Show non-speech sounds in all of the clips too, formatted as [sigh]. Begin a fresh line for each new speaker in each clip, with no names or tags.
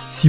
Si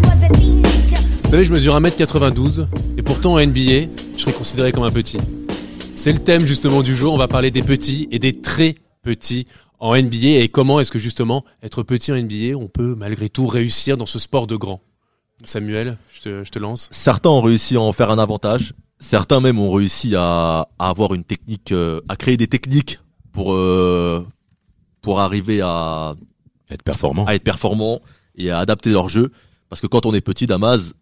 Vous savez, je mesure 1m92 et pourtant en NBA, je serais considéré comme un petit. C'est le thème justement du jour, on va parler des petits et des très petits en NBA et comment est-ce que justement être petit en NBA, on peut malgré tout réussir dans ce sport de grand. Samuel, je te, je te lance.
Certains ont réussi à en faire un avantage. Certains même ont réussi à, à avoir une technique, euh, à créer des techniques pour, euh, pour arriver à,
Être performant.
à être performants et à adapter leur jeu. Parce que quand on est petit, Damas,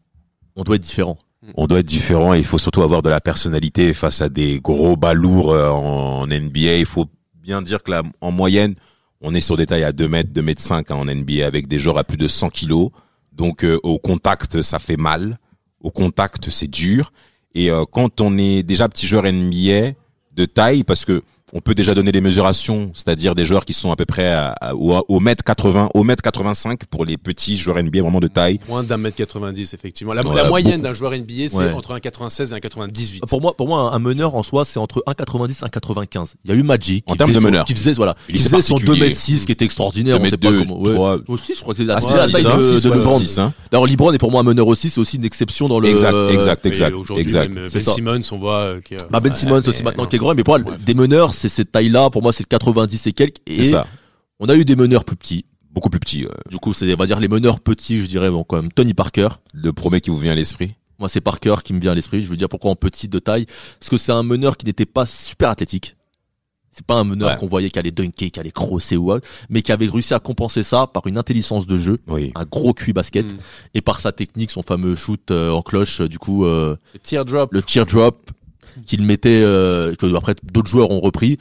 on doit être différent.
On doit être différent et il faut surtout avoir de la personnalité face à des gros balourds euh, en NBA. Il faut bien dire que la, en moyenne, on est sur des tailles à 2 mètres, 2 mètres 5 en NBA avec des joueurs à plus de 100 kilos. Donc euh, au contact, ça fait mal. Au contact, c'est dur. Et euh, quand on est déjà petit joueur NBA de taille, parce que on peut déjà donner des mesurations, c'est-à-dire des joueurs qui sont à peu près à- à- au, au mètre 80, au mètre 85 pour les petits joueurs NBA vraiment de taille.
Moins d'un mètre 90 effectivement. La, la
Voilà,
moyenne
beaucoup.
d'un joueur NBA, c'est
Ouais. Ah,
entre un 96 et un 98.
Pour moi, pour moi, un, un meneur en soi, c'est entre 1,90 et 1,95. Il y a eu Magic.
En
qui
termes
faisait
de
son-
meneur.
Qui faisait, voilà.
Il
qui
était
faisait son
particulier.
2m6 qui était extraordinaire. on sait pas
2m2,
comment. ouais.
3.
Moi aussi, je crois que c'est la,
Ah,
c'est
c'est
la
six,
taille
hein,
de,
six,
de
ouais,
LeBron.
six, hein.
D'ailleurs, LeBron est pour moi un meneur aussi. C'est aussi une exception dans le.
Exact, exact,
Et
exact,
Aujourd'hui,
exact.
même
c'est
Ben
ça.
Simmons, on voit. euh, qui, euh,
Bah ben
ouais,
Simmons
mais-
aussi maintenant qui est grand, mais pour moi,
Bref.
des meneurs, c'est cette taille-là. Pour moi, c'est le 90 et quelques.
C'est
Et
ça.
on a eu des meneurs plus petits.
Beaucoup plus petit. euh,
Du coup, c'est, on va dire, les meneurs petits, je dirais, bon, quand même, Tony Parker.
le premier qui vous vient à l'esprit.
Moi, c'est Parker qui me vient à l'esprit. Je veux dire, pourquoi en petit de taille Parce que c'est un meneur qui n'était pas super athlétique. C'est pas un meneur
Ouais.
qu'on voyait qui allait dunker, qui allait crosser ou autre, mais qui avait réussi à compenser ça par une intelligence de jeu,
Oui.
un gros cul basket,
Mm.
et par sa technique, son fameux shoot euh, en cloche, euh, du coup, euh,
Le Teardrop.
le teardrop qu'il mettait, euh, que après d'autres joueurs ont repris.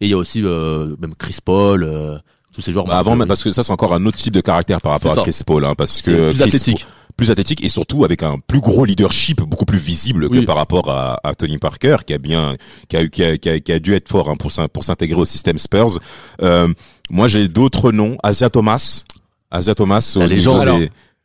Et il y a aussi euh, même Chris Paul, euh, tous ces joueurs.
Bah, avant, même, parce que ça, c'est encore un autre type de caractère par rapport
C'est
à
ça.
Chris Paul, hein, parce
C'est
que
plus
Chris
athlétique.
Paul- plus athlétique et surtout avec un plus gros leadership, beaucoup plus visible
Oui.
que par rapport à, à Tony Parker, qui a bien, qui a, eu- qui a, qui a, qui a dû être fort hein, pour s'in- pour s'intégrer au système Spurs. Euh, moi, j'ai d'autres noms. Asia Thomas, Asia Thomas au
La
niveau
légende.
des,
Alors,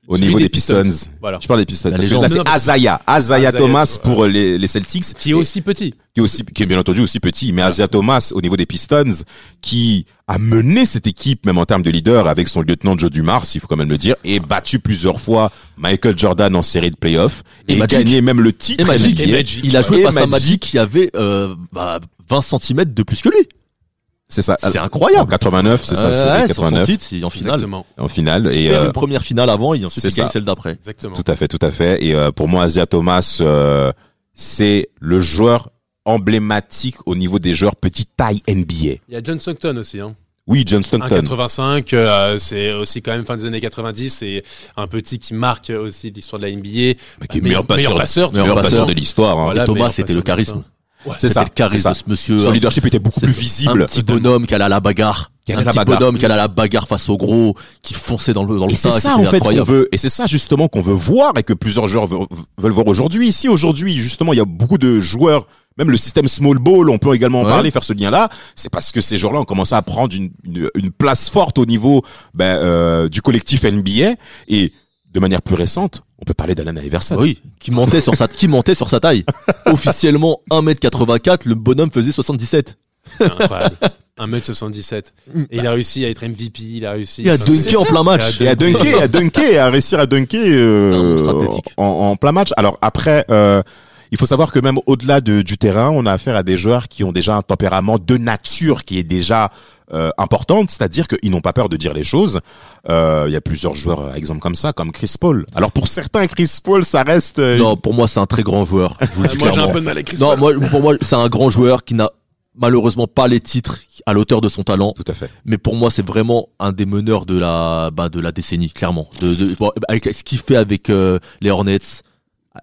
au
celui
niveau
des
des Pistons.
Pistons. Voilà.
Je parle des Pistons.
La
parce que
légende.
là,
Non,
c'est
mais-
Azaya, Azaya
Isaiah,
Thomas
ouais.
pour les, les Celtics.
Qui est aussi petit.
qui est aussi qui est bien entendu aussi petit mais Asia Thomas au niveau des Pistons qui a mené cette équipe même en termes de leader avec son lieutenant Joe Dumars il faut quand même le dire et battu plusieurs fois Michael Jordan en série de playoffs
Et
et,
Magic.
gagné même le titre
Et Magic.
NBA.
Et Magic.
Il a joué
Et
face à
Magic.
Magic qui avait euh, bah, 20 cm de plus que lui.
c'est ça
C'est
en
incroyable.
89 Ah, c'est ça
Ouais,
c'est
ouais, sur son
89
titre, c'est en finale.
Exactement.
en finale et
Il perd
euh,
une première finale avant et ensuite
c'est
il gagne
ça.
celle d'après.
Exactement.
Tout à fait, tout à fait. Et euh, pour moi, Asia Thomas, euh, c'est le joueur emblématique au niveau des joueurs petite taille NBA.
Il y a John Stockton aussi. Hein.
Oui, John Stockton.
1,85, euh, c'est aussi quand même fin des années 90. C'est un petit qui marque aussi l'histoire de la NBA.
Mais qui est
Meilleur-
meilleur
meilleur passeur,
passeur,
tout
meilleur
simplement.
passeur de l'histoire. hein.
Voilà,
et
meilleur
Thomas, c'était
passeur
le
de l'histoire.
charisme.
C'est
C'était
ça,
le charisme
c'est
de
ça.
ce monsieur.
Son
Un-
leadership était beaucoup
c'est
plus
ça.
visible.
Un petit bonhomme qui allait à la bagarre.
Qui
Un
allait à la
petit
bagarre.
bonhomme qui allait à la bagarre face au gros, qui fonçait dans le dans le
Et c'est
tas,
ça
c'était
en fait qu'on
incroyable.
veut, et c'est ça justement qu'on veut voir et que plusieurs joueurs ve- veulent voir aujourd'hui. Si aujourd'hui justement il y a beaucoup de joueurs, même le système small ball, on peut également en
Ouais.
parler, faire ce lien-là. C'est parce que ces joueurs-là ont commencé à prendre une, une, une place forte au niveau ben, euh, du collectif NBA et de manière plus récente, on peut parler d'Alan Iverson.
Oui, qui mentait sur sa qui mentait sur sa [laughs] taille. Officiellement 1m84, le bonhomme faisait 77.
C'est incroyable. 1m77. Et il a réussi à être MVP. Il a réussi.
Il a
Enfin, c'est-
dunké en plein match.
Il
Et à dunker, à dunker, à réussir à dunker euh,
Un monstre athlétique.
en, en plein match. Alors après, euh, il faut savoir que même au-delà de- du terrain, on a affaire à des joueurs qui ont déjà un tempérament de nature qui est déjà euh, importante, c'est-à-dire qu'ils n'ont pas peur de dire les choses. Euh, Il y a plusieurs joueurs, euh, exemple comme ça, comme Chris Paul. Alors pour certains, Chris Paul, ça reste. euh,
Non, pour moi c'est un très grand joueur. Je vous le dis
Moi, j'ai un
clairement.
peu de mal avec Chris
Non,
Paul.
moi pour moi c'est un grand joueur qui n'a malheureusement pas les titres à l'auteur de son talent.
Tout à fait.
mais pour moi c'est vraiment un des meneurs de la bah, de la décennie clairement de, de- bon, avec ce qu'il fait avec euh, les Hornets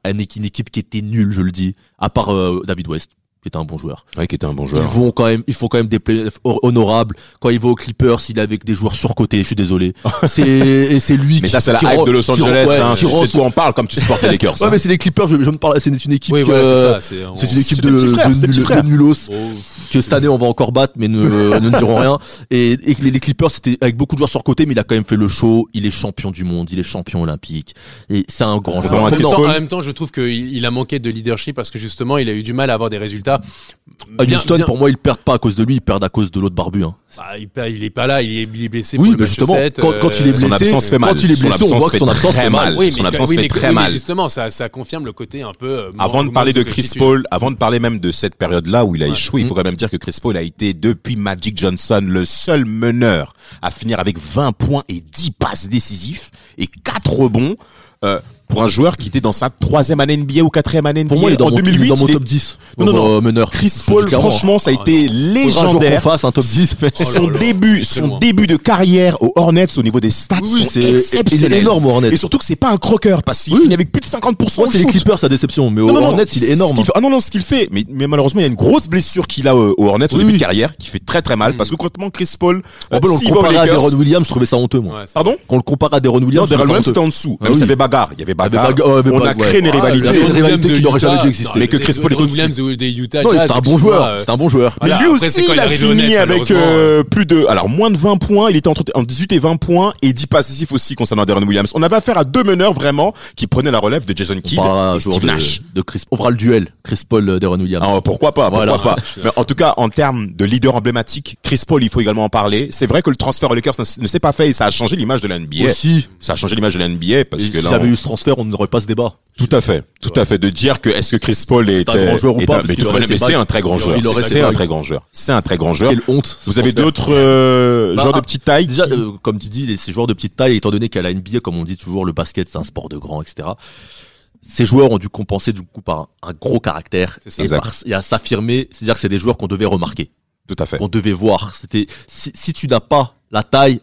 une équipe, une équipe qui était nulle je le dis à part euh, David West qui est un bon joueur.
Ouais, qui était un bon
Ils
joueur.
vont quand même, ils font quand même des playoffs hor- honorables. Quand il va aux Clippers, il est avec des joueurs surcotés. Je suis désolé. C'est et c'est lui.
Mais
qui-
ça, c'est la
qui
hype
rend-
de Los
qui rend-
Angeles.
ouais,
hein.
qui
Tu
rend-
sais, tout en parle comme tu supportes les Lakers.
Ouais,
hein.
mais c'est les Clippers. Je, je me parle. C'est une équipe.
Oui, voilà,
euh,
c'est ça. C'est on-
c'est une équipe
des
de,
petits frères,
de
c'est des petits
nul-
frères.
de nulos
Oh.
que cette année on va encore battre, mais ne, ne [laughs] nous dirons rien. Et, et que les, les Clippers, c'était avec beaucoup de joueurs sur côté, mais il a quand même fait le show. Il est champion du monde, il est champion olympique, et c'est un grand
C'est
joueur.
vraiment
En même,
Non.
temps, en même temps, je trouve qu'il il a manqué de leadership parce que justement, il a eu du mal à avoir des résultats.
À
Bien-
Houston,
bien-
pour moi, ils perdent pas à cause de lui, ils perdent à cause de l'autre barbu. Hein.
Ah, il, pa- il est pas là, il est, il est blessé.
Oui,
pour le
mais
match
justement,
sept,
quand-
euh,
quand il est
Son
blessé,
absence fait
quand
mal.
il est
Son
blessé, on
absence
voit que
fait
son absence
très
fait
mal.
mal.
Oui,
Son
mais-
absence
oui,
fait
mais-
très
oui, mais
mal.
Justement, ça, ça confirme le côté un peu. euh,
Avant de
manque-
parler de
manque
Chris
coquettude.
Paul, avant de parler même de cette période-là où il a
Ouais. Mhm.
échoué, il faut quand même dire que Chris Paul a été depuis Magic Johnson le seul meneur à finir avec 20 points et 10 passes décisifs et 4 rebonds euh, pour un joueur qui était dans sa troisième année NBA ou quatrième année NBA.
Pour moi, il est dans,
en
mon, il est
2008,
dans mon
il est-
top 10.
Non, non,
euh, meneur.
Chris
Je le dis
Paul,
clairement.
franchement, ça a
Ah,
été
Faudra un jour qu'on
légendaire.
fasse un top 10. mais-
Oh là
Son
là,
début,
c'est
son
loin.
début de carrière aux Hornets au niveau des stats
Oui, oui,
sont
c'est il
exceptionnels.
est énorme, Hornet.
Et surtout que c'est pas un croqueur parce qu'il
Oui.
finit avec plus de 50%
Moi,
au
c'est les
shoot.
Clippers, sa déception, mais au Hornets, il est énorme. hein.
Ce qu'il fait- ah non, non, ce qu'il fait. Mais, mais malheureusement, il y a une grosse blessure qu'il a euh, au Hornets au
Oui,
début
oui.
de carrière qui fait très très mal
Mm.
parce que concrètement, Chris Paul,
En
euh,
plus, on
s'il
le
va aux
comparait à
Lakers-
Deron Williams, je trouvais ça honteux, moi.
Ouais, c'est-
Pardon
Quand on le compare à Deron
Non,
Williams, je
Deron
trouvais ça
Williams
honteux.
c'était en dessous.
Ah
Même s'il y
oui.
avait bagarre, il y avait bagarre.
bagarre, ouais, mais
On
pas-
a créé
ouais.
une
Ah,
rivalité.
le
une rivalité
Williams
qui
de
n'aurait
Utah.
jamais dû exister.
Non,
Mais que Chris Paul est
Deron
au-dessus.
Williams ou des Utah
Non,
Jazz,
c'est un bon
excuse-moi,
joueur.
euh,
C'est un bon joueur.
Mais
voilà,
lui
après, c'est
aussi,
quand
il a
arrive aux
fini
Nets,
avec
malheureusement, euh,
euh, plus de, alors moins de 20 points. Il était entre, entre 18 et 20 points et 10 passes décisives aussi concernant Deron Williams. On avait affaire à deux meneurs vraiment qui prenaient la relève de Jason
On
Kidd
parlera un
et
jour
Steve
de-
Nash.
de Chris- On fera le duel, Chris Paul, euh, Deron Williams.
Ah, pourquoi pas, pourquoi
Voilà.
pas. Mais en tout cas, en termes de leader emblématique, Chris Paul, il faut également en parler. C'est vrai que le transfert aux Lakers ne ne s'est pas fait et ça a changé l'image de la NBA.
Aussi,
Ça a changé l'image de la NBA parce
si
que là,
j'avais
on-
eu ce transfert, on n'aurait pas ce débat.
tout à fait, tout à fait, de dire que est-ce que Chris Paul est
un grand joueur ou pas, parce
mais
qu'il
tout-
aurait
mais
ses
c'est
bagues.
un très grand
Il
joueur.
aurait ses
C'est un
bagues.
très grand joueur. C'est un très grand joueur.
Quelle honte. ce
Vous avez
transfert.
d'autres euh,
Bah,
genres de
ah,
petite taille
Déjà, euh, comme tu dis, les- ces joueurs de petite taille, étant donné qu'à la NBA, comme on dit toujours, le basket, c'est un sport de grand, etc. Ces joueurs ont dû compenser du coup par un, un gros caractère
C'est ça.
et,
Exact.
par- et à s'affirmer. C'est-à-dire que c'est des joueurs qu'on devait remarquer,
Tout à fait.
qu'on devait voir. C'était si, si tu n'as pas la taille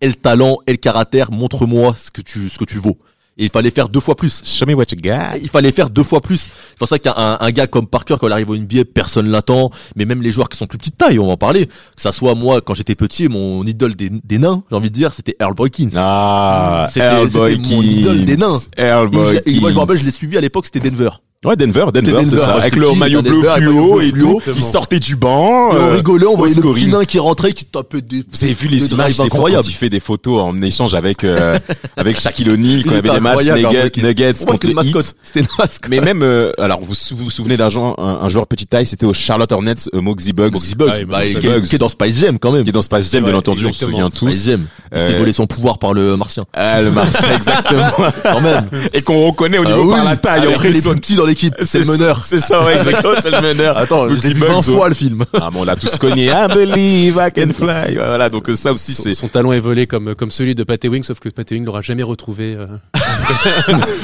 et le talent et le caractère, montre-moi ce que tu ce que tu vaux. Et il fallait faire deux fois plus.
Show me what you got.
Ah, Il fallait faire deux fois plus. C'est pour ça qu'un un- un gars comme Parker, quand il arrive au NBA, personne l'attend. Mais même les joueurs qui sont plus petites taille, on va en parler. Que ça soit moi, quand j'étais petit, mon idole des, des nains, j'ai envie de dire, c'était Earl Boykins.
Ah,
C'était-
Hellboy
c'était mon idole des nains. Et
Hellboy
je- et moi, je me rappelle, je l'ai suivi à l'époque, c'était Denver.
Ouais, Denver, Denver,
Denver,
c'est ça.
quand
Avec
j'étais
le
petit,
maillot
à
bleu
Denver, avec le
fluo
bleu
et
fluo.
tout. Il sortait du banc.
Et on
euh,
rigolait, on
au
voyait le
scoring.
petit nain qui rentrait, qui tapait des...
Vous avez vu
Des
les images
drives
des fois quand
incroyables.
il fait des photos en échange
[laughs]
avec euh, avec Shaquille O'Neal
Il
quand il y avait
était
des matchs
incroyable, un
Nuggets,
mec qui-
Nuggets
Pour moi,
contre
c'était une
les Heat.
mascotte. C'était une mascotte.
Mais même euh, alors vous sou- vous, vous souvenez d'un joueur un, un joueur petite taille, c'était au Charlotte Hornets euh, Moxie Bugs
Moxie Bugs,
Ah, oui,
bah,
Moxie
qui, est-
Bugs.
qui est dans Spice Jam quand même.
qui est dans Space Jam
Ouais,
bien entendu, on se
exactement.
souvient tous.
Spice Jam. Parce qu'il
Euh,
volait son pouvoir par le martien. [laughs]
Ah le Marseille exactement.
Quand
[laughs]
même.
Et qu'on reconnaît au niveau
Ah
par
oui.
la taille en
Après, il
plus.
est plus petit dans l'équipe. C'est le
ça-
meneur.
C'est ça ouais, exactement,
[laughs]
c'est le meneur.
Attends, je l'ai
Moxie
vu
Bugs,
20
ouais.
fois le film.
Ah bon, on l'a tous connu. I believe I
[laughs]
can fly. Voilà, donc euh, ça aussi
Son,
c'est
son talent est volé comme, comme celui de Pat Ewing, sauf que Pat Ewing l'aura jamais retrouvé euh,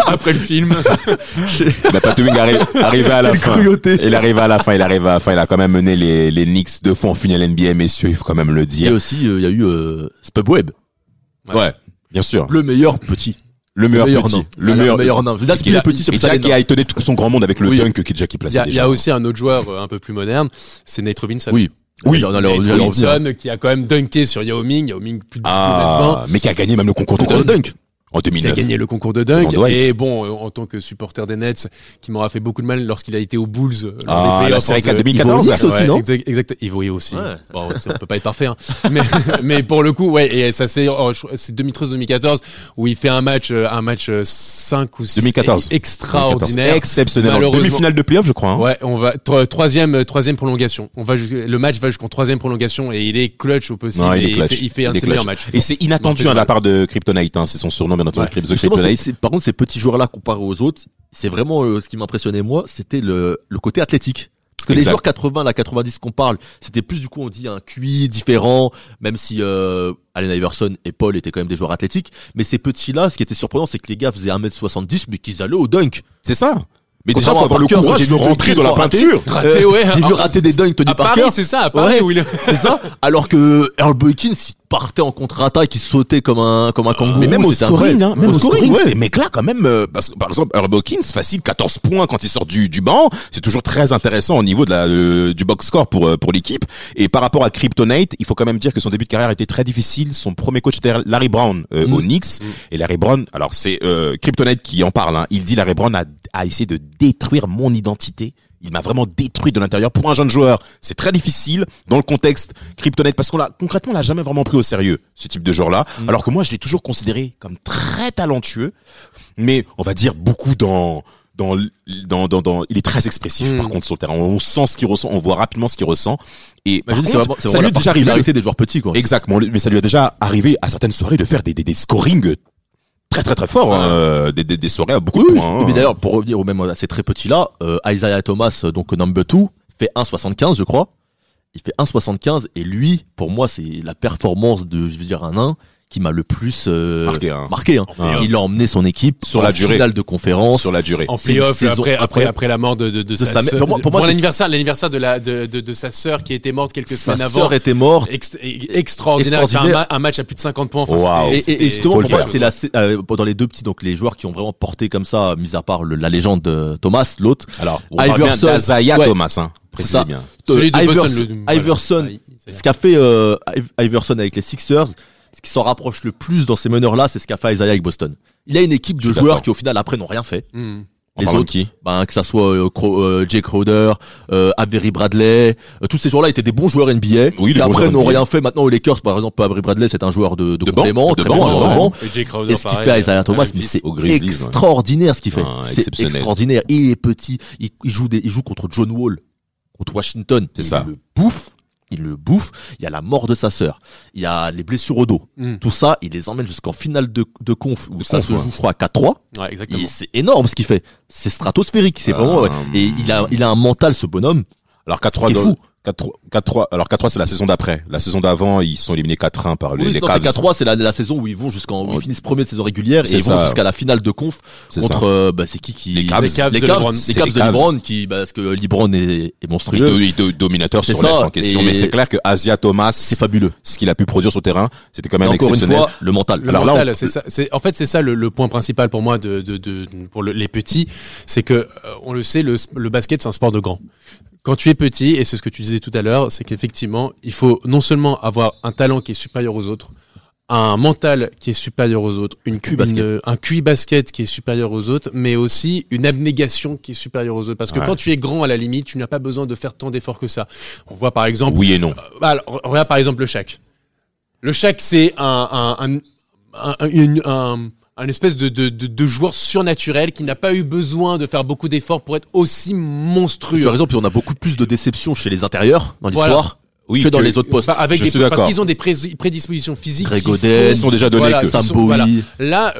après le film.
[laughs]
Bah, Pat Ewing arrive, arrivé à la
Quelle
fin.
cruauté.
Il arrive à la fin, il arrive à la fin, il a quand même mené les, les Knicks deux fois en finale NBA, messieurs, il faut quand même le
Et
dire.
aussi, il y a eu euh, Spubweb,
Ouais, bien sûr.
le meilleur petit.
Le meilleur, petit.
nain.
Le
Ah,
meilleur,
le meilleur nain. Je veux dire, c'est
Et
plus
qui a-
les petits, c'est
Et
plus ça
Jack
les
qui
nains.
a étonné tout son grand monde avec le
Oui.
dunk que Jackie
Il
plaçait
y, a- il y
déjà.
a aussi un autre joueur euh, un peu plus moderne, c'est Nate Robinson.
Oui. Oui, on allait
Nate
on allait en venir.
Robinson qui a quand même dunké sur Yao Ming. Yao Ming plus de 2m20.
Ah, mais qui a gagné même le concours de
Concours de
dunk
dunk.
en
qui a
2009.
gagné le concours de
Devant
dunk.
Dwight.
Et bon, euh, en tant que supporter des Nets, qui m'aura fait beaucoup de mal lorsqu'il a été aux Bulls. euh, lors des
Ah, la
playoffs
série
entre-
4 2014.
Ils vont au Knicks aussi,
Ouais,
non
exact, exact. Ils voyaient aussi.
Ouais.
Bon, c'est- on peut pas être parfait, hein. [laughs] mais, mais pour le coup, ouais, et ça c'est, oh, je crois- c'est 2013-2014 où il fait un match, euh, un match 5 ou 6
2014.
extraordinaire.
Exceptionnel. En
Malheureusement.
Demi-finale de playoff, je crois. hein.
Ouais, on va tro- troisième euh, troisième prolongation. On va jus- le match va jusqu'en troisième prolongation et il est clutch au possible.
Non,
et
il est clutch.
fait, il fait un de
est
ses meilleurs
clutch.
matchs.
Et c'est
Il
inattendu
fait
à la
mal.
part de Kryptonite, hein, c'est son surnom bien entendu,
Ouais.
Krypto-
Justement, c'est-
Kryptonite.
c'est- Par contre, ces petits joueurs-là comparés aux autres, c'est vraiment euh, ce qui m'impressionnait moi, c'était le, le côté athlétique. Parce que les
Exact.
joueurs 80, la 90 qu'on parle, c'était plus du coup on dit un QI différent, même si euh, Allen Iverson et Paul étaient quand même des joueurs athlétiques. Mais ces petits-là, ce qui était surprenant, c'est que les gars faisaient 1m70 mais qu'ils allaient au dunk.
C'est ça. Mais déjà,
Contrairement
faut
à
avoir le
Parker,
courage
j'ai
de
vu
rentrer
Tony
dans la
Parker
peinture.
Raté, ouais.
J'ai vu
Ah,
rater des dingues Tony
À
Parker.
Paris, c'est ça, à Paris,
Ouais.
où il-
C'est ça [laughs] Alors que Earl Boykins, il partait en contre-attaque, il sautait comme un, comme un kangourou.
Mais même au
c'était un
scoring,
vrai-
hein, même au scoring,
ouais.
ces mecs-là, quand même, euh, parce que, par exemple, Herb Hawkins, facile, 14 points quand il sort du, du banc. C'est toujours très intéressant au niveau de la, euh, du box score pour, euh, pour l'équipe. Et par rapport à Kryptonite, il faut quand même dire que son début de carrière était très difficile. Son premier coach était Larry Brown, euh,
Mm.
au Knicks. Et Larry Brown, alors c'est, euh, Kryptonite qui en parle, hein. Il dit Larry Brown a, a essayé de détruire mon identité. Il m'a vraiment détruit de l'intérieur. Pour un jeune joueur, c'est très difficile dans le contexte Kryptonite parce qu'on l'a concrètement on l'a jamais vraiment pris au sérieux ce type de joueur-là.
Mm.
Alors que moi, je l'ai toujours considéré comme très talentueux, mais on va dire beaucoup dans dans l- dans dans, dans- il est très expressif
Mm.
par contre sur le terrain. On sent ce qu'il ressent, on voit rapidement ce qu'il ressent. Et
Imagine, Bah,
par
c'est
contre,
vraiment, c'est
ça
vraiment
lui
la
est déjà arrivé.
particularité des joueurs petits, quoi.
Exactement, mais ça lui est déjà arrivé à certaines soirées de faire des des, des scorings très très très forts, hein, euh, des, des des soirées à beaucoup
Oui,
de
oui.
points. hein.
Mais d'ailleurs, pour revenir au même à ces très petits là, euh, Isaiah Thomas, euh, donc euh, number 2, fait 1,75 je crois. Il fait 1,75 et lui, pour moi, c'est la performance de, je veux dire, un nain qui m'a le plus euh,
Marqué, hein.
marqué, hein.
Ah.
Il a emmené son équipe
Sur
en
la durée.
finale de conférence.
sur la durée.
en
C'est
playoff
une saison
après, après
incroyable.
après la mort de de, de sa,
sa mère.
sœur-
Pour moi- pour moi, c'est-
l'anniversaire l'anniversaire de la de, de, de sa sœur qui était morte quelques
Sa
semaines
sœur
avant
était morte.
Ex- e, extraordinaire,
Extraordinaire.
Il fait Un, ma- un match à plus de 50 points enfin,
Waouh.
c'était-
Et, et- et
c'était-
justement,
faut
pour
le
moi,
faire.
c'est la, c'est, euh, pendant les deux petits, donc les joueurs qui ont vraiment porté comme ça, mis à part le- la légende euh, Thomas, l'autre,
Alors, on parle bien
Iverson.
d'Azaya
Ouais.
Thomas, hein, précisez
ça.
bien.
Celui de
Euh,
Boston,
Ivers-
le- voilà.
Iverson,
Ah, il-
ce qu'a fait euh, Iv- Iverson avec les Sixers, ce qui s'en rapproche le plus dans ces meneurs-là, c'est ce qu'a fait Isaiah avec Boston. Il a une équipe
Je
de
suis
joueurs
d'accord.
qui, au final, après, n'ont rien fait.
Hmm.
En
Les
parlant de
autres,
qui
ben, que ça soit euh, Cro- euh, Jay Crowder, euh, Avery Bradley, euh, tous ces joueurs-là étaient des bons joueurs NBA.
Oui, des
qui
bons
après
joueurs
n'ont
NBA.
rien fait. Maintenant, aux Lakers, par exemple, Avery Bradley, c'est un joueur de, de,
De banc,
complément,
de
très
banc,
bon
ouais,
joueur de
ouais.
banc.
Et Jay Crowder,
Et ce qu'il
pareil,
fait à Isaiah
à
Thomas, mais
Memphis.
c'est
euh, au Grizzlies, ouais.
extraordinaire ce qu'il fait.
Ah,
c'est
exceptionnel.
extraordinaire. Il est petit, il, il joue des, il joue contre John Wall, contre Washington.
C'est
Il
ça.
le bouffe, il le bouffe. Il y a la mort de sa sœur, il y a les blessures au dos.
Hmm.
Tout ça, il les emmène jusqu'en finale de, de conf où ça
Ça se
se
voit.
joue, je crois, à 4-3.
Ouais,
Et
exactement.
C'est énorme ce qu'il fait. C'est stratosphérique. C'est
Ah.
vraiment. ouais. Et il a, il a un mental, ce bonhomme.
Alors 4-3
T'es
dans-
fou.
4-3 4-3 alors 4-3 c'est la saison d'après. La saison d'avant, ils sont éliminés 4-1 par Ah, les,
Oui,
les
sinon,
Cavs.
c'est 4-3, c'est la, la saison où ils vont jusqu'en, où
Ouais.
ils finissent premier de saison régulière et
C'est
ils vont
ça.
jusqu'à la finale de conf
C'est
contre euh, bah, c'est qui qui
Les Cavs.
les
Les
Cavs
Cavs,
de
les
LeBron.
Cavs, les
C'est
Cavs
les
de
Cavs.
LeBron qui bah, parce que LeBron est, est
ça.
monstrueux,
Les deux- les deux dominateurs
C'est
sur l'Est
ça.
en question.
Et-
Mais c'est clair que Asia Thomas,
c'est fabuleux.
ce qu'il a pu produire sur le terrain, c'était quand
Mais
même
encore une
exceptionnel.
fois, le mental.
Le
Alors là,
mental,
on-
c'est ça. c'est- en fait, c'est ça le, le point principal pour moi de, de, de- pour le- les petits, c'est que euh, on le sait, le, le basket c'est un sport de grands. Quand tu es petit, et c'est ce que tu disais tout à l'heure, c'est qu'effectivement, il faut non seulement avoir un talent qui est supérieur aux autres, un mental qui est supérieur aux autres, une
QI
une-
basket.
un QI basket qui est supérieur aux autres, mais aussi une abnégation qui est supérieure aux autres. Parce que
Ouais.
quand tu es grand, à la limite, tu n'as pas besoin de faire tant d'efforts que ça. On voit par exemple
Oui et
euh,
non.
bah, alors, re- regarde par exemple le Shaq. Le Shaq, c'est un, un, un, un- une- un- un espèce de, de, de, de joueur surnaturel qui n'a pas eu besoin de faire beaucoup d'efforts pour être aussi monstrueux.
Tu as raison, puis on a beaucoup plus de déceptions chez les intérieurs dans
Voilà.
l'histoire
Oui,
que dans
que-
les autres postes.
Bah, avec
Je
des-
suis
parce
d'accord.
qu'ils ont des pré- prédispositions physiques.
Greg
qui
Oden,
Ils sont déjà donnés
Voilà,
que.
ça-
Sam
sont-
Bowie,
voilà. Là, euh,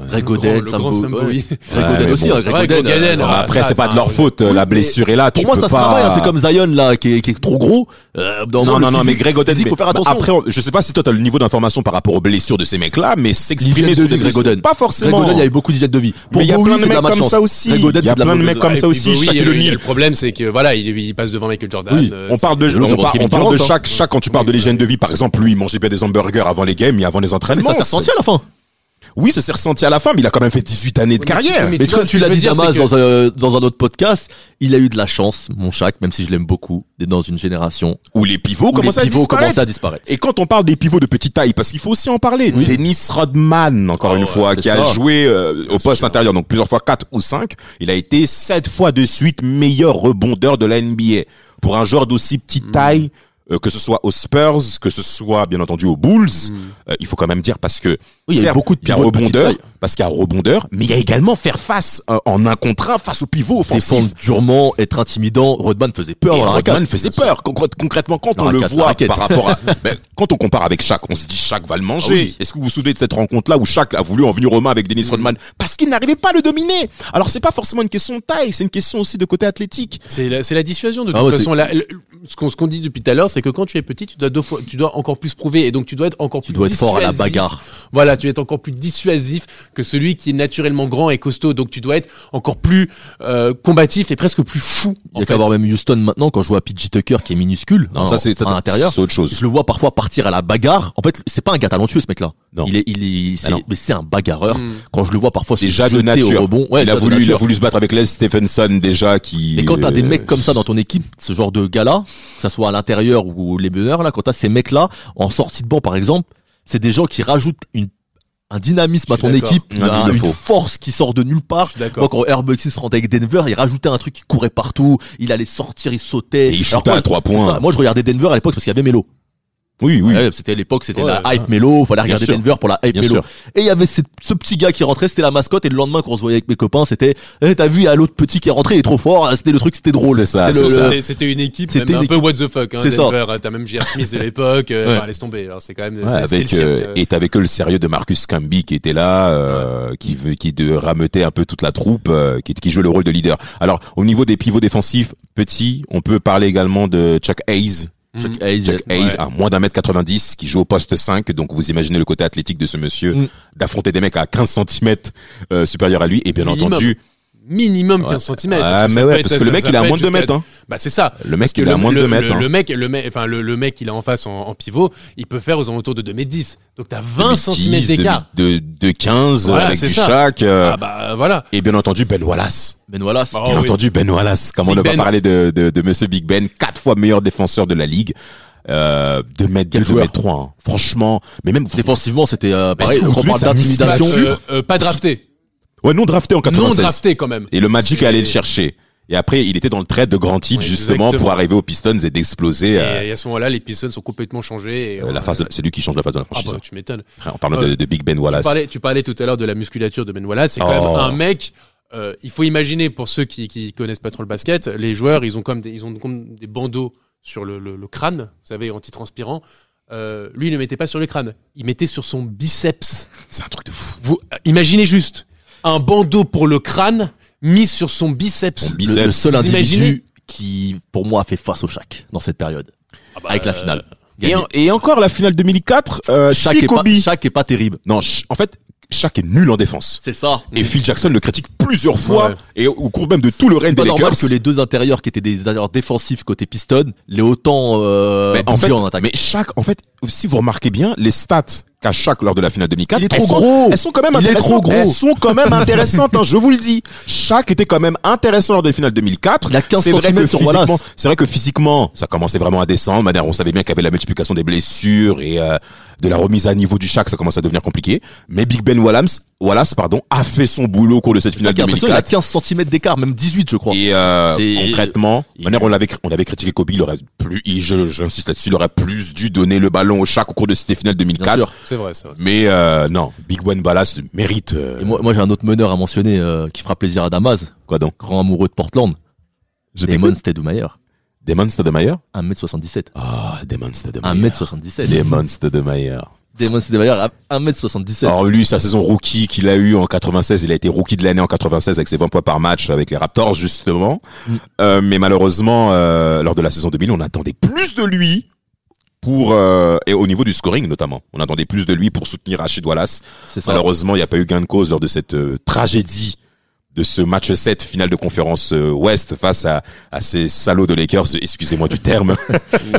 ouais,
Greg
le
Oden,
grand- le
Sam
grand
Bowie,
Sam
ouais.
Bowie.
Greg
Ouais,
Oden
mais
aussi,
bon.
hein, Greg
Ouais,
Oden.
Greg
euh,
Oden,
Bon,
Ah,
après,
ça,
c'est pas
ça,
de leur
oui.
faute. euh,
Oui,
la
mais-
blessure est là.
Pour
Tu
moi,
peux
ça se
pas-
travaille, hein, c'est comme Zion là, qui est, qui est trop gros. Euh, dans
Non,
le
non, non, mais
physique-
Greg Oden.
physique, faut
mais-
faire
bah,
attention.
Après, on- je sais pas si toi t'as le niveau d'information par rapport aux blessures de ces mecs-là, mais s'exprimer
viennent
sur
de
des
Greg
blessures-
Oden.
Pas
Greg
forcément.
Oden, il y a eu beaucoup d'idées de vie. Pour
Mais il y a
Bowie,
plein de
c'est de la
mecs
malchance.
comme ça aussi.
Greg Oden,
Il y a
c'est de la
plein de
mauvaise-
mecs comme ça
Et
aussi.
Bowie,
Shaquille
euh,
O'Neal.
Le problème, c'est que voilà, il, il passe devant Michael Jordan.
Oui,
euh,
Bah, On
c'est-
parle de,
Le
on,
nombre de
par-
Kevin
on parle
Durant,
de
hein.
chaque, chaque, quand tu parles de l'hygiène de vie, par exemple, lui, il mangeait bien des hamburgers avant les games et avant les
Mais
entraînements.
ça s'est
C'est-
ressenti à la fin.
Oui, ça s'est ressenti à la fin, mais il a quand même fait 18 années de
Oui, mais-
carrière.
oui,
Mais
tu vois,
comme
ce
tu
que
l'as
je veux
dit,
dire,
Damas,
c'est que-
dans, un, dans un autre podcast, il a eu de la chance, mon Shaq, même si je l'aime beaucoup, d'être dans une génération
Où les pivots
où les
commencent à
pivots
disparaître.
commençaient à disparaître.
Et quand on parle des pivots de petite taille, parce qu'il faut aussi en parler,
Oui.
Dennis Rodman, encore
Ah
une
ouais,
fois,
c'est
qui a
ça.
joué euh, au poste
sûr.
intérieur, donc plusieurs fois 4 ou 5, il a été 7 fois de suite meilleur rebondeur de la NBA. Pour un joueur d'aussi
Mm.
petite taille, euh, que ce soit aux Spurs, que ce soit bien entendu aux Bulls, euh, il faut quand même dire parce que
Mm. Oui, il y a eu
certes,
beaucoup de
il y a
pivots de petite
rebondeur,
taille.
parce qu'il y a rebondeur, mais il y a également faire face euh, en un contre un face au pivot
Défendre
offensif.
durement, être intimidant, Rodman faisait peur
Et
dans la
Rodman
raquette.
faisait peur. Concr- concrètement, quand
La
on le
raquette, la
voit
raquette.
par rapport à, [laughs] ben, quand on compare avec Shaq, on se dit Shaq va le manger.
Ah oui. Mm.
Est-ce que vous vous souvenez de cette rencontre-là où Shaq a voulu en venir aux mains avec Dennis Rodman parce qu'il n'arrivait pas à le dominer. Alors c'est pas forcément une question de taille, c'est une question aussi de côté athlétique.
C'est la, c'est la dissuasion de
Ah
toute
ouais,
façon. La- le- ce qu'on ce qu'on dit depuis tout à l'heure, c'est que quand tu es petit, tu dois deux fois, tu dois encore plus prouver, et donc tu dois être encore plus.
Tu dois être fort à la
dissuasif.
bagarre.
Voilà, tu es encore plus dissuasif. que celui qui est naturellement grand et costaud. Donc tu dois être encore plus euh, combatif et presque plus fou.
Il
en
y a
fait.
qu'à voir même Houston maintenant quand je vois PJ Tucker qui est minuscule.
Non,
hein,
ça c'est
à l'intérieur.
c'est autre chose.
Je le vois parfois partir à la bagarre. En fait, c'est pas un gars talentueux ce mec-là.
Non.
Il est, il est, c'est-
Ah non.
mais c'est un bagarreur.
Mm.
Quand je le vois parfois se
Déjà de
jeter
nature.
au rebond, ouais,
il, a
déjà de
voulu, il a
nature.
voulu se battre avec Les Stephenson déjà qui.
Et quand t'as des
euh,
mecs comme ça dans ton équipe, ce genre de gars-là, que ça soit à l'intérieur ou les meneurs, là, quand t'as ces mecs-là, en sortie de banc par exemple, c'est des gens qui rajoutent une, un dynamisme
Je
à
suis
ton
d'accord.
équipe,
Ouais,
un-
il le
une
faut.
force qui sort de nulle part.
Je suis d'accord.
Moi, quand Herb Hicks se rendait avec Denver, il rajoutait un truc, il courait partout, il allait sortir, il sautait.
Et il
Alors,
shootait
moi,
à trois
c'est
points.
ça. Moi, je regardais Denver à l'époque parce qu'il y avait Melo.
Oui, oui.
Ouais, c'était à l'époque, c'était
Ouais,
la
ouais.
hype Melo, fallait
Bien
regarder
sûr.
Denver pour la hype
Bien
Melo.
sûr.
Et il y avait cette- ce petit gars qui rentrait, c'était la mascotte, et le lendemain, quand on se voyait avec mes copains, c'était, eh, t'as vu, il y a l'autre petit qui est rentré, il est trop fort, Ah, c'était le truc, c'était drôle.
C'est ça,
C'était
c'est
le-
ça.
le-
C'était- C'était une équipe
C'était
même un
une
peu what the fuck. Hein,
C'est ça.
Denver, T'as même J.R. Smith de l'époque. euh,
Ouais.
enfin, laisse tomber. Alors, c'est quand même.
Ouais,
c'est- c'était
avec
le
euh,
cirque, euh.
et t'avais que le sérieux de Marcus Camby qui était là, euh, qui veut- qui de rameutait un peu toute la troupe, euh, qui, qui jouait le rôle de leader. Alors au niveau des pivots défensifs, petit, on peut parler également de Chuck Hayes,
Mhm.
Chuck Hayes,
Chuck
ouais.
Hayes à moins d'un mètre 90 qui joue au poste 5 donc vous imaginez le côté athlétique de ce monsieur
Mm.
d'affronter des mecs à 15 cm supérieurs à lui et bien
Minimum.
entendu
minimum
Ouais.
15 cm.
Ah, mais ouais, parce que le mec il a moins de 2 mètres hein.
Bah, c'est ça.
le
Parce
mec
que
il a
le-
moins de
le-
2 mètres
Le,
hein.
le mec, le mec, enfin le, le mec qu'il a en face en, en pivot, il peut faire aux alentours de 2 m 10. Donc t'as 20 cm
2010,
d'écart.
de, de, de 15
Voilà,
avec
c'est
du
ça.
Shaq euh,
Ah bah voilà.
et bien entendu Ben Wallace
Ben voilà, c'est-
Oh,
Bien
oui.
entendu, Ben Wallace. Comment on
Big
ne
Ben.
pas parler de, de, de Monsieur Big Ben, quatre fois meilleur défenseur de la ligue, euh, 2 mètres,
Quel
2
joueur.
mètres 3, hein. Franchement, mais même.
défensivement, c'était, euh,
Mais
pareil,
est-ce que vous
on
vous
parle
souvenez de sa
Pas,
d'intimidation.
mise
euh, euh, pas drafté.
Ouais, non drafté en
Non
96.
drafté quand même.
Et le Magic est
C'est-
allé le chercher. Et après, il était dans le trade de Grand Titre,
Oui,
justement,
exactement.
pour arriver aux Pistons et d'exploser
Et,
euh,
à ce moment-là, les pistons sont complètement changés. Et
euh,
on-
la face de la- celui qui change la face de la
Ah
franchise.
bah, tu m'étonnes.
en parlant de, de Big Ben
Tu
Wallace.
parlais, tu parlais tout à l'heure de la musculature de Ben Wallace. C'est quand
Oh.
même un mec. euh, il faut imaginer pour ceux qui, qui connaissent pas trop le basket, les joueurs ils ont comme des, ils ont comme des bandeaux sur le, le- le crâne, vous savez, antitranspirant. Euh, lui, il ne mettait pas sur le crâne, il mettait sur son biceps.
C'est un truc de fou.
Vous euh, imaginez juste un bandeau pour le crâne mis sur son biceps.
Son
Le-
biceps.
Le, seul
Vous
individu
imaginez
qui, pour moi, a fait face au Shaq dans cette période. avec la finale.
Ah bah, euh, Et, en- et encore la finale 2004, euh,
Shaq,
Shaq
est pas,
Kobe.
Shaq est pas terrible.
Non, Sh- en fait, Shaq est nul en défense.
C'est
Ah,
ça.
Et Phil Jackson le critique plusieurs fois
Mm. Ouais.
et au cours même de tout le règne
C'est
des
pas normal
Lakers.
que les deux intérieurs qui étaient des intérieurs défensifs côté piston, les autant euh,
mais en
bougés
fait,
en attaque.
mais Shaq, en fait, si vous remarquez bien, les stats qu'a Shaq lors de la finale 2004,
Il est
elles
trop
sont-
gros.
Elles sont quand même
Il est
intéressantes.
trop gros.
Elles sont quand même intéressantes, hein, je vous le dis. Shaq était quand même intéressant lors des finales 2004.
Il a 15
C'est vrai
centimètres
que
sur
physiquement-
Wallace.
C'est vrai que physiquement, ça commençait vraiment à descendre. Manière, on savait bien qu'il y avait la multiplication des blessures et euh, de la remise à niveau du Shaq, ça commençait à devenir compliqué. Mais Big Ben Wallace, Wallace pardon, a fait son boulot au cours de cette
C'est ça
finale
qui est impressionnant, il a
2004.
15 cm d'écart, même 18 je crois.
Et euh,
C'est-
concrètement,
il-
manière, on l'avait cri- on avait critiqué Kobe, il aurait plus, il- je- j'insiste là-dessus, il aurait plus dû donner le ballon au Shaq au cours de cette finale 2004.
C'est vrai,
[laughs]
c'est vrai.
Mais euh, non, Big Ben Wallace mérite. euh,
Et moi, moi j'ai un autre meneur à mentionner euh, qui fera plaisir à Damas,
quoi donc
grand amoureux de Portland,
Je
Damon
t'écoute.
Stoudemire,
Damon Stoudemire
1m77.
Ah, Damon Stoudemire.
1m77.
Damon Stoudemire.
Damon Stoudemire, 1m77.
Alors lui, sa saison rookie qu'il a eu en 96, il a été rookie de l'année en 96 avec ses 20 points par match avec les Raptors justement.
Mm.
Euh, mais malheureusement, euh, lors de la saison 2000, on attendait plus de lui pour euh, et au niveau du scoring notamment. On attendait plus de lui pour soutenir Rachid Wallace.
C'est ça.
Malheureusement, il n'y a pas eu gain de cause lors de cette euh, tragédie de ce match 7 finale de conférence euh, Ouest face à, à ces salauds de Lakers, excusez-moi du terme.
Ne,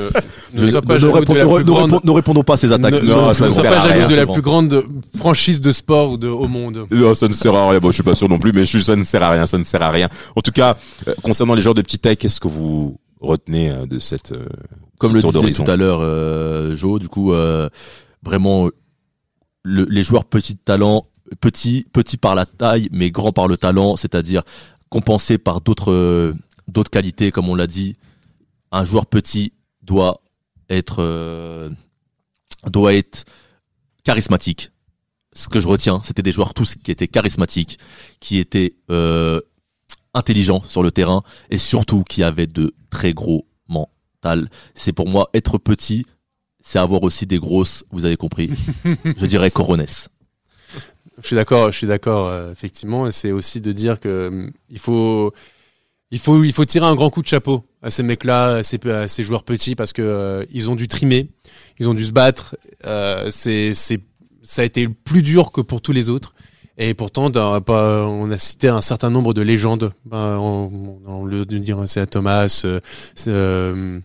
Je-
ne sois pas
ne
jaloux
répond-
de la
ne
plus
répond-
grande-
ne répondons pas à ces attaques.
ne-
Non,
ne
ça ne
sois
sert à
pas
rien.
jaloux de la plus grande franchise de sport de, au monde.
Non, Euh, oh, ça ne sert à rien. Bon, je suis pas sûr non plus, mais je suis, ça ne sert à rien, ça ne sert à rien. En tout cas, euh, concernant les joueurs de petit taille, qu'est-ce que vous retenez euh, de cette euh,
Comme le
tour
disait
d'horizon
tout à l'heure euh, Joe, du coup, euh, vraiment, le- les joueurs petits de talent, petits petits par la taille, mais grands par le talent, c'est-à-dire compensés par d'autres euh, d'autres qualités, comme on l'a dit. Un joueur petit doit être euh, doit être charismatique. Ce que je retiens, c'était des joueurs tous qui étaient charismatiques, qui étaient euh, intelligents sur le terrain et surtout qui avaient de très gros mental. C'est pour moi être petit, c'est avoir aussi des grosses, vous avez compris. je dirais coronnes.
Je suis d'accord, je suis d'accord, euh, effectivement. Et C'est aussi de dire que hum, il faut, il faut, il faut tirer un grand coup de chapeau à ces mecs-là, à ces, à ces joueurs petits, parce que euh, ils ont dû trimer, ils ont dû se battre. euh, c'est, c'est, ça a été plus dur que pour tous les autres. Et pourtant, dans- pas- on a cité un certain nombre de légendes. Ben, on, on- on le dire, c'est à Thomas. euh, c'est, euh,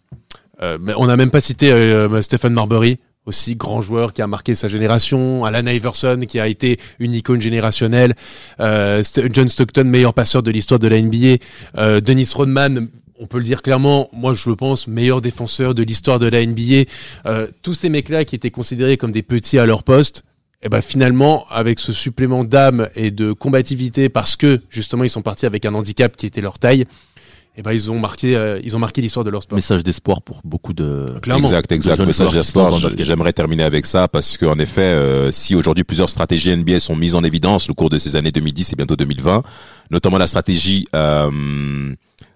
euh, mais on n'a même pas cité euh, euh, Stephen Marbury, aussi grand joueur qui a marqué sa génération. Alan Iverson, qui a été une icône générationnelle. Euh, St- John Stockton, meilleur passeur de l'histoire de la NBA. Euh, Dennis Rodman. On peut le dire clairement, moi je le pense, meilleur défenseur de l'histoire de la NBA. Euh, tous ces mecs-là qui étaient considérés comme des petits à leur poste, et ben finalement, avec ce supplément d'âme et de combativité, parce que justement ils sont partis avec un handicap qui était leur taille, et ben ils ont marqué, euh, ils ont marqué l'histoire de leur sport.
Message d'espoir pour beaucoup de.
Clairement.
Exact,
De
exact.
jeunes
Message
joueurs qui se lancent dans
d'espoir.
le
Je-
basket.
J'aimerais terminer avec ça parce qu'en effet, euh, si aujourd'hui plusieurs stratégies NBA sont mises en évidence au cours de ces années 2010 et bientôt 2020, notamment la stratégie euh,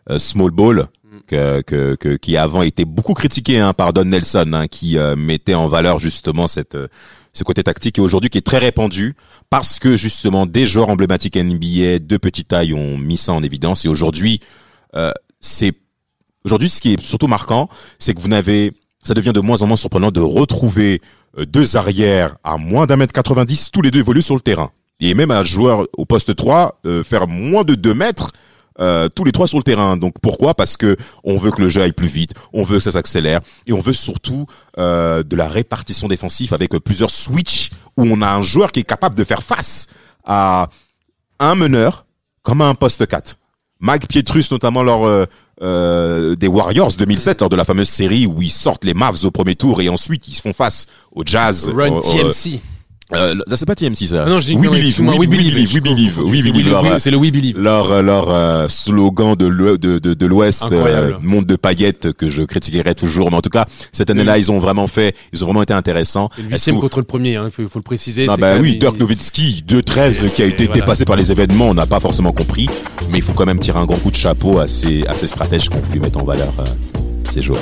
euh, small ball. Que, que, que- qui avant était beaucoup critiquée hein, par Don Nelson, hein, qui euh, mettait en valeur justement cette, euh, ce côté tactique et aujourd'hui qui est très répandu parce que justement des joueurs emblématiques NBA de petite taille ont mis ça en évidence et aujourd'hui euh, c'est aujourd'hui ce qui est surtout marquant c'est que vous n'avez ça devient de moins en moins surprenant de retrouver euh, deux arrières à moins d'un mètre 90 tous les deux évoluent sur le terrain et même un joueur au poste 3 euh, faire moins de 2 mètres euh, tous les trois sur le terrain. Donc pourquoi Parce que on veut que le jeu aille plus vite, on veut que ça s'accélère et on veut surtout euh, de la répartition défensive avec euh, plusieurs switches où on a un joueur qui est capable de faire face à un meneur comme à un poste 4. Mike Pietrus, notamment lors euh, euh, des Warriors 2007, lors de la fameuse série où ils sortent les Mavs au premier tour et ensuite ils se font face au Jazz.
Run
au- au-
TMC.
euh, là, c'est pas TMC ça.
Ah non, je dis
We
non,
Believe,
excuse-moi, We
We, We
Believe,
Believe,
je
We Believe,
confonds.
We
C'est
Believe,
le
leur,
We- C'est le We Believe.
leur, euh, leur, euh, slogan de l'Ou- de, de, de l'Ouest,
Incroyable.
euh, monde de paillettes que je critiquerai toujours, mais en tout cas cette année-là ils ont vraiment fait, ils ont vraiment été intéressants.
C'est le
Est-ce que
huitième
vous-
contre le premier, hein. il faut, faut le préciser.
ah
c'est
bah
quand
oui,
même-
Dirk Nowitzki, 2-13 qui a
Et
été
voilà.
dépassé par les événements, on n'a pas forcément compris, mais il faut quand même tirer un grand coup de chapeau à ces, à ces stratèges qui ont pu mettre en valeur euh, ces joueurs.